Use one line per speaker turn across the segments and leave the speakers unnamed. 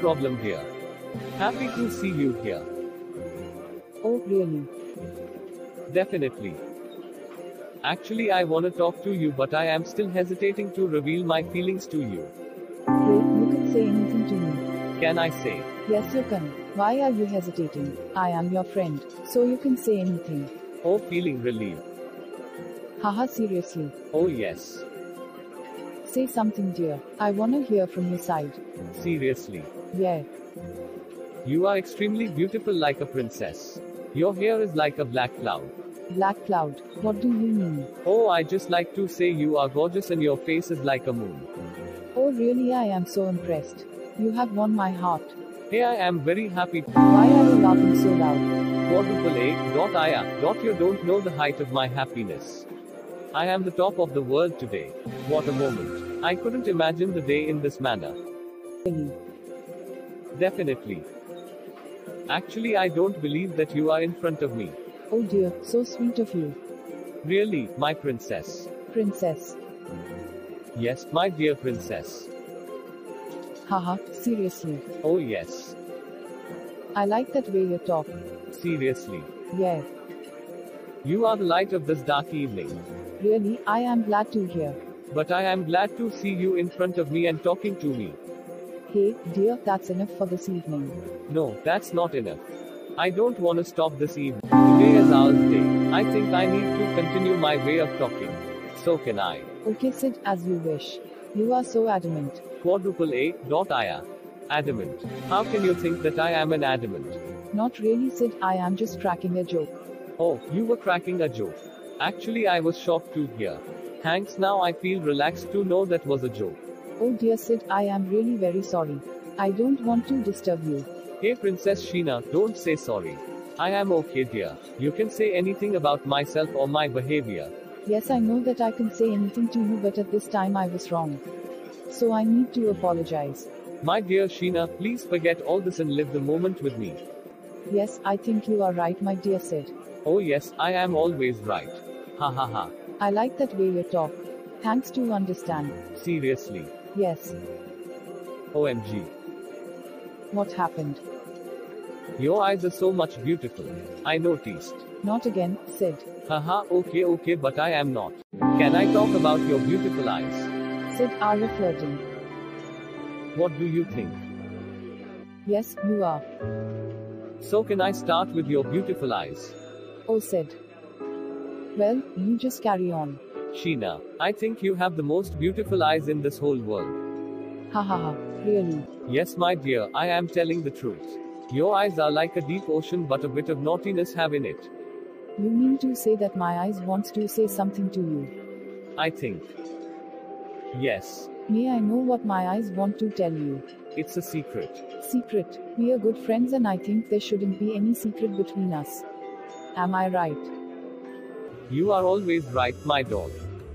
problem here. Happy to see you here.
Oh, really?
Definitely. Actually, I wanna talk to you, but I am still hesitating to reveal my feelings to you.
Great, you can say anything to me.
Can I say?
Yes, you can. Why are you hesitating? I am your friend, so you can say anything.
Oh, feeling relieved.
Haha, seriously.
Oh, yes.
Say something, dear. I wanna hear from your side.
Seriously.
Yeah.
You are extremely beautiful like a princess. Your hair is like a black cloud.
Black cloud. What do you mean?
Oh, I just like to say you are gorgeous and your face is like a moon.
Oh, really? I am so impressed. You have won my heart.
Hey, I am very happy.
Why are you laughing so loud?
Quadruple A. Dot I am. Dot you don't know the height of my happiness. I am the top of the world today. What a moment. I couldn't imagine the day in this manner.
Really?
Definitely. Actually, I don't believe that you are in front of me.
Oh dear, so sweet of you.
Really, my princess.
Princess.
Yes, my dear princess.
Haha, seriously.
Oh, yes.
I like that way you talk.
Seriously.
Yeah.
You are the light of this dark evening.
Really, I am glad to hear.
But I am glad to see you in front of me and talking to me.
Hey, dear, that's enough for this evening.
No, that's not enough. I don't want to stop this evening. Today is our day. I think I need to continue my way of talking. So can I.
Okay, sit as you wish. You are so adamant.
Quadruple A. Dot Ia. Adamant. How can you think that I am an adamant?
Not really, Sid, I am just cracking a joke.
Oh, you were cracking a joke. Actually, I was shocked to hear. Thanks, now I feel relaxed to know that was a joke.
Oh dear, Sid, I am really very sorry. I don't want to disturb you.
Hey, Princess Sheena, don't say sorry. I am okay, dear. You can say anything about myself or my behavior.
Yes, I know that I can say anything to you, but at this time I was wrong. So I need to apologize.
My dear Sheena, please forget all this and live the moment with me.
Yes, I think you are right, my dear Sid.
Oh, yes, I am always right. Ha ha ha.
I like that way you talk. Thanks to understand.
Seriously.
Yes.
OMG.
What happened?
Your eyes are so much beautiful. I noticed.
Not again, Sid.
Haha, okay, okay, but I am not. Can I talk about your beautiful eyes?
Sid, are you flirting?
What do you think?
Yes, you are.
So, can I start with your beautiful eyes?
Oh, Sid. Well, you just carry on.
Sheena, I think you have the most beautiful eyes in this whole world.
Ha ha ha. Really?
Yes, my dear, I am telling the truth. Your eyes are like a deep ocean, but a bit of naughtiness have in it.
You mean to say that my eyes wants to say something to you?
I think. Yes,
May I know what my eyes want to tell you?
it's a secret.
Secret. We are good friends and I think there shouldn't be any secret between us. Am I right?
You are always right, my dog.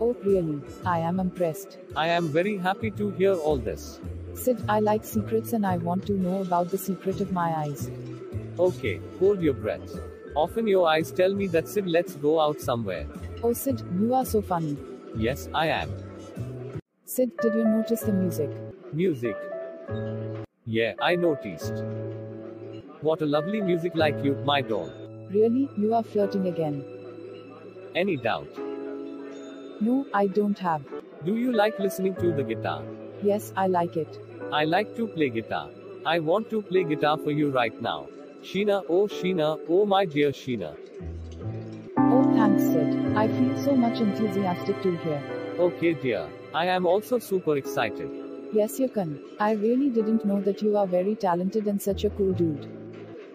Oh, really? I am impressed.
I am very happy to hear all this.
Sid, I like secrets and I want to know about the secret of my eyes.
Okay, hold your breath. Often your eyes tell me that Sid, let's go out somewhere.
Oh, Sid, you are so funny.
Yes, I am.
Sid, did you notice the music?
Music. Yeah, I noticed. What a lovely music like you, my doll.
Really, you are flirting again.
Any doubt?
No, I don't have.
Do you like listening to the guitar?
Yes, I like it.
I like to play guitar. I want to play guitar for you right now. Sheena, oh Sheena, oh my dear Sheena.
Oh, thanks, Sid. I feel so much enthusiastic to hear.
Okay, dear. Oh, I am also super excited.
Yes, you can. I really didn't know that you are very talented and such a cool dude.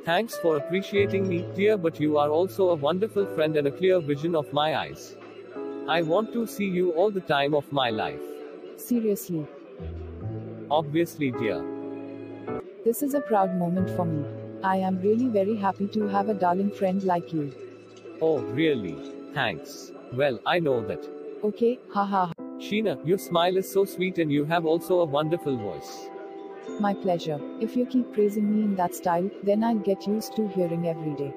Thanks for appreciating me, dear, but you are also a wonderful friend and a clear vision of my eyes. I want to see you all the time of my life.
Seriously,
Obviously, dear.
this is a proud moment for me. I am really very happy to have a darling friend like you.
Oh, really? Thanks. Well, I know that.
Okay, haha.
Sheena, your smile is so sweet and you have also a wonderful voice.
My pleasure. If you keep praising me in that style, then I'll get used to hearing every day.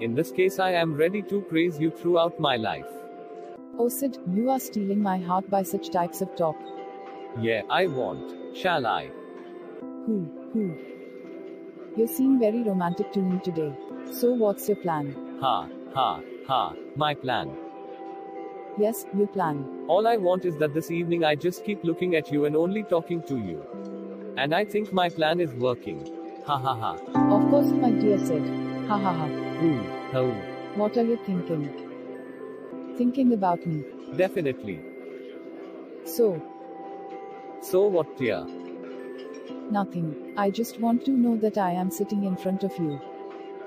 In this case, I am ready to praise you throughout my life.
Oh, Sid, you are stealing my heart by such types of talk.
Yeah, I want. Shall I?
Cool, cool. You seem very romantic to me today. So what's your plan?
Ha, ha, ha, my plan.
Yes, your plan.
All I want is that this evening I just keep looking at you and only talking to you. And I think my plan is working. Ha ha ha.
Of course, my dear Sid. Ha ha ha.
Ooh, oh,
What are you thinking? Thinking about me.
definitely.
So,
So what, dear?
nothing. I just want to know that I am sitting in front of you.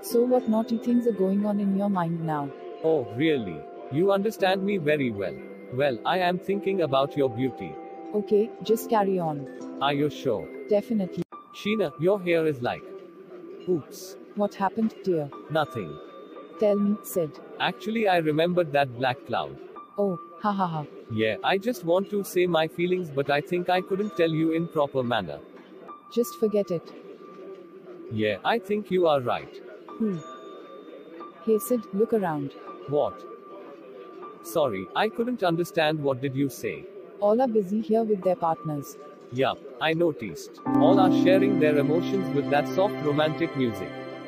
So, what naughty things are going on in your mind now?
Oh, really? You understand me very well. Well, I am thinking about your beauty.
Okay, just carry on.
Are you sure?
Definitely.
Sheena, your hair is like. Oops,
What happened, dear?
nothing.
Tell me, Sid.
Actually, I remembered that black cloud.
Oh, ha ha ha.
Yeah, I just want to say my feelings, but I think I couldn't tell you in proper manner.
Just forget it.
Yeah, I think you are right.
Hmm. Hey, Sid, look around.
What? Sorry, I couldn't understand what did you say.
All are busy here with their partners.
Yup, I noticed. All are sharing their emotions with that soft romantic music.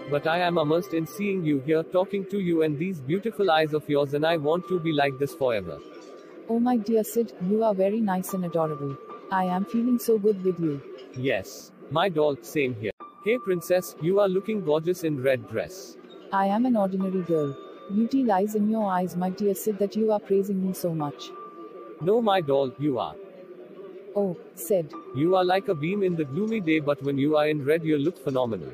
But I am immersed in seeing you here, talking to you, and these beautiful eyes of yours, and I want to be like this forever.
Oh, my dear Sid, you are very nice and adorable. I am feeling so good with you.
Yes, my doll, same here. Hey, princess, you are looking gorgeous in red dress.
I am an ordinary girl. Beauty lies in your eyes, my dear Sid, that you are praising me so much.
No, my doll, you are.
Oh, Sid.
You are like a beam in the gloomy day, but when you are in red, you look phenomenal.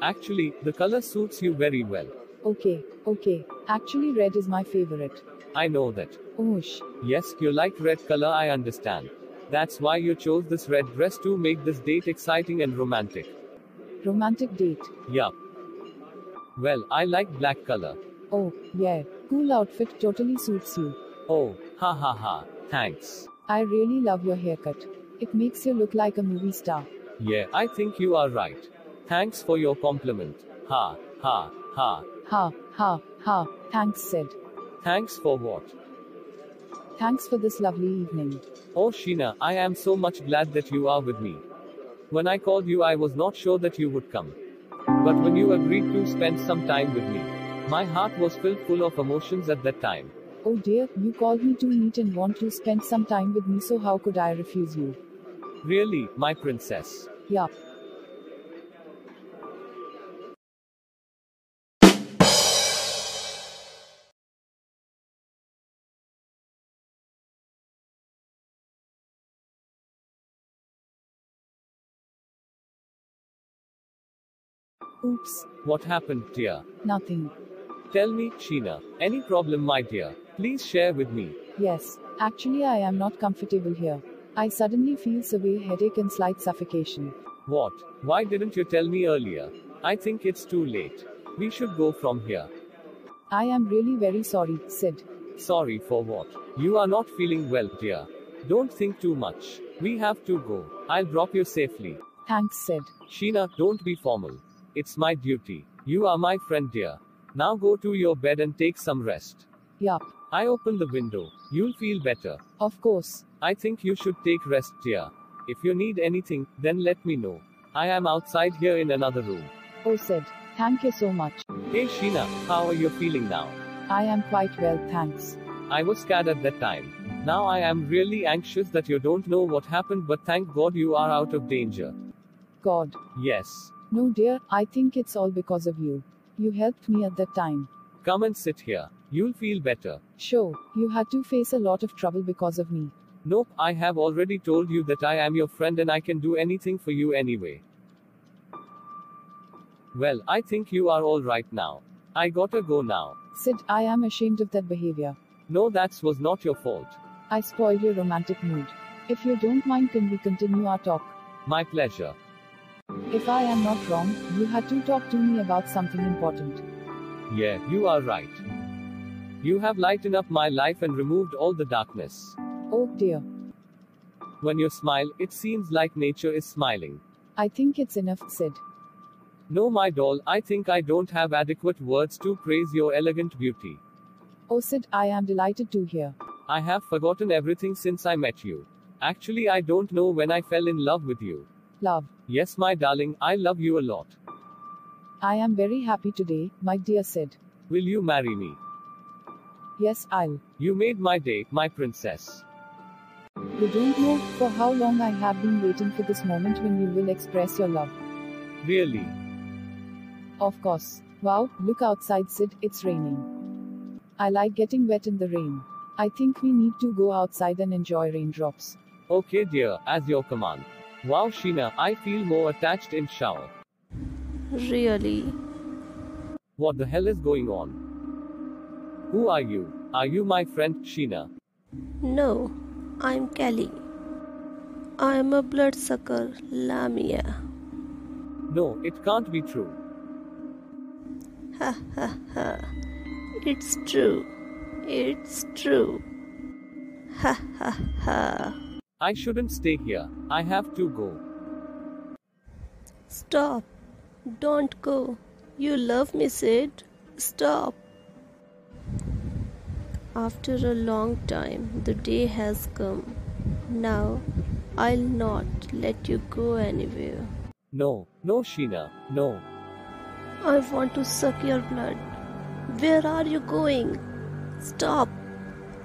Actually, the color suits you very well.
Okay, okay. Actually, red is my favorite. Oh,
I know that.
Oosh.
Yes, you like red color, I understand. That's why you chose this red dress to make this date exciting and romantic.
Romantic date.
Yup. Well, I like black color.
Oh, yeah. Cool outfit totally suits you.
Oh, ha ha ha. Thanks.
I really love your haircut. It makes you look like a movie star.
Yeah, I think you are right. Thanks for your compliment. Ha, ha, ha.
Ha, ha, ha. Thanks, Sid.
Thanks for what?
Thanks for this lovely evening.
Oh, Sheena, I am so much glad that you are with me. When I called you, I was not sure that you would come. But when you agreed to spend some time with me, my heart was filled full of emotions at that time.
Oh dear, you called me to meet and want to spend some time with me, so how could I refuse you?
Really, my princess.
Yeah. Oops,
What happened, dear?
nothing.
Tell me, Sheena. Any problem, my dear? Please share with me.
Yes, actually, I am not comfortable here. I suddenly feel severe headache and slight suffocation.
What? Why didn't you tell me earlier? I think it's too late. We should go from here.
I am really very sorry, Sid.
Sorry for what? You are not feeling well, dear. Don't think too much. We have to go. I'll drop you safely.
Thanks, Sid.
Sheena, don't be formal. It's my duty. You are my friend, dear. Now go to your bed and take some rest.
Yup,
I open the window. You'll feel better.
of course.
I think you should take rest, dear. If you need anything, then let me know. I am outside here in another room.
Oh, Sid, thank you so much.
Hey Sheena, how are you feeling now?
I am quite well, thanks.
I was scared at that time. Now I am really anxious that you don't know what happened, but thank God you are out of danger.
God.
Yes.
No, dear, I think it's all because of you. You helped me at that time.
Come and sit here. You'll feel better.
Sure, you had to face a lot of trouble because of me.
Nope, I have already told you that I am your friend and I can do anything for you anyway. Well, I think you are all right now. I gotta go now.
Sid, I am ashamed of that behavior.
No, that was not your fault.
I spoiled your romantic mood. If you don't mind, can we continue our talk?
My pleasure.
If I am not wrong, you had to talk to me about something important.
Yeah, you are right. You have lightened up my life and removed all the darkness.
Oh dear,
When you smile, it seems like nature is smiling.
I think it's enough, Sid.
No, my doll, I think I don't have adequate words to praise your elegant beauty.
Oh, Sid, I am delighted to hear.
I have forgotten everything since I met you. Actually, I don't know when I fell in love with you.
Love,
Yes, my darling, I love you a lot.
I am very happy today, my dear Sid.
Will you marry me?
Yes, I'll.
You made my day, my princess.
You don't know for how long I have been waiting for this moment when you will express your love.
Really?
Of course. Wow, look outside, Sid, it's raining. I like getting wet in the rain. I think we need to go outside and enjoy raindrops.
Okay, dear, as your command. Wow, Sheena, I feel more attached in shower.
Really?
What the hell is going on? Who are you? Are you my friend, Sheena?
No, I'm Kelly. I'm a bloodsucker, Lamia.
No, it can't be true.
Ha ha ha. It's true. It's true. Ha ha ha.
I shouldn't stay here. I have to go.
Stop. Don't go. You love me, Sid. Stop. After a long time, the day has come. Now, I'll not let you go anywhere.
No, no, Sheena, no.
I want to suck your blood. Where are you going? Stop.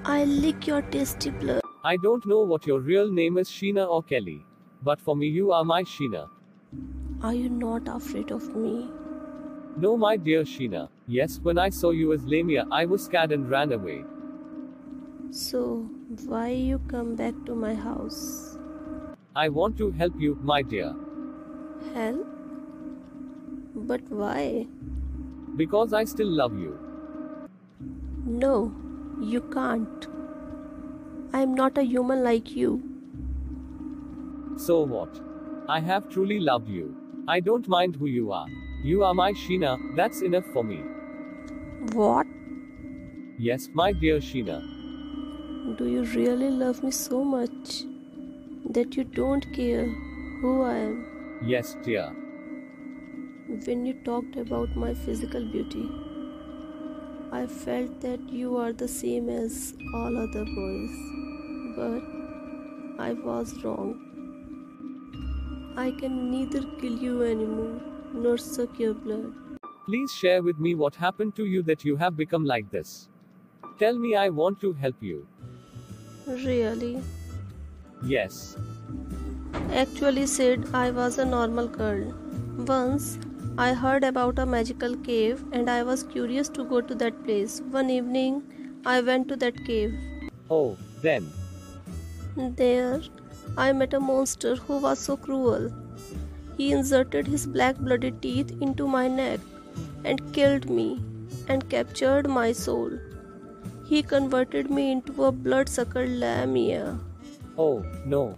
I'll lick your tasty blood.
I don't know what your real name is, Sheena or Kelly. But for me, you are my Sheena.
Are you not afraid of me?
No, my dear Sheena. Yes, when I saw you as Lamia, I was scared and ran away.
So, why you come back to my house?
I want to help you, my dear.
Help? But why?
Because I still love you.
No, you can't. I'm not a human like you.
So what? I have truly loved you. I don't mind who you are. You are my Sheena, that's enough for me.
What?
Yes, my dear Sheena.
Do you really love me so much that you don't care who I am?
Yes, dear.
When you talked about my physical beauty, I felt that you are the same as all other boys. But I was wrong. I can neither kill you anymore nor suck your blood.
Please share with me what happened to you that you have become like this. Tell me I want to help you.
Really?
Yes.
actually said I was a normal girl. Once I heard about a magical cave and I was curious to go to that place. One evening I went to that cave.
Oh, then.
There I met a monster who was so cruel. He inserted his black blooded teeth into my neck and killed me and captured my soul. He converted me into a bloodsucker lamia.
Oh, no.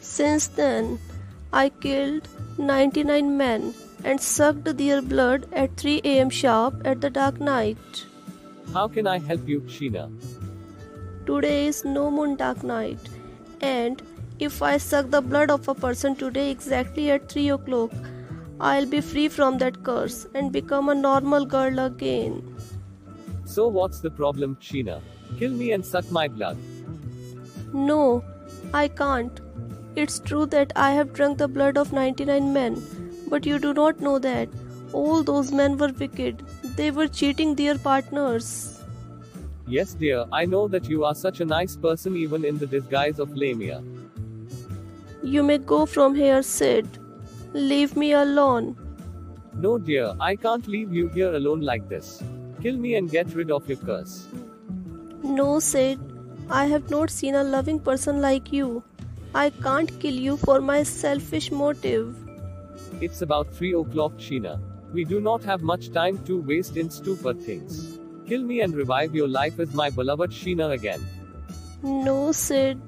Since then, I killed 99 men and sucked their blood at 3 am sharp at the dark night.
How can I help you, Sheena?
Today is no moon dark night, and if I suck the blood of a person today exactly at 3 o'clock, I'll be free from that curse and become a normal girl again.
So what's the problem, Sheena? Kill me and suck my blood.
No, I can't. It's true that I have drunk the blood of 99 men, but you do not know that. All those men were wicked, they were cheating their partners.
Yes, dear, I know that you are such a nice person even in the disguise of Lamia.
You may go from here, Sid. Leave me alone.
No, dear, I can't leave you here alone like this. Kill me and get rid of your curse.
No, Sid. I have not seen a loving person like you. I can't kill you for my selfish motive.
It's about 3 o'clock, Sheena. We do not have much time to waste in stupid things. Kill me and revive your life as my beloved Sheena again.
No, Sid.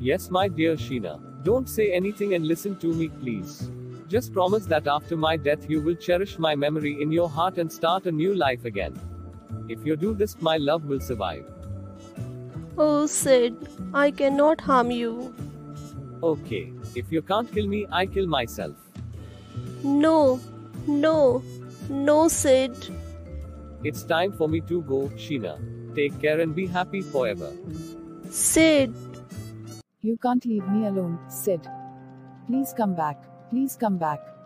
Yes, my dear Sheena. Don't say anything and listen to me, please. Just promise that after my death, you will cherish my memory in your heart and start a new life again. If you do this, my love will survive.
Oh, Sid. I cannot harm you.
Okay. If you can't kill me, I kill myself.
No, no, no, Sid.
It's time for me to go, Sheena. Take care and be happy forever.
Sid.
You can't leave me alone, Sid. Please come back. Please come back.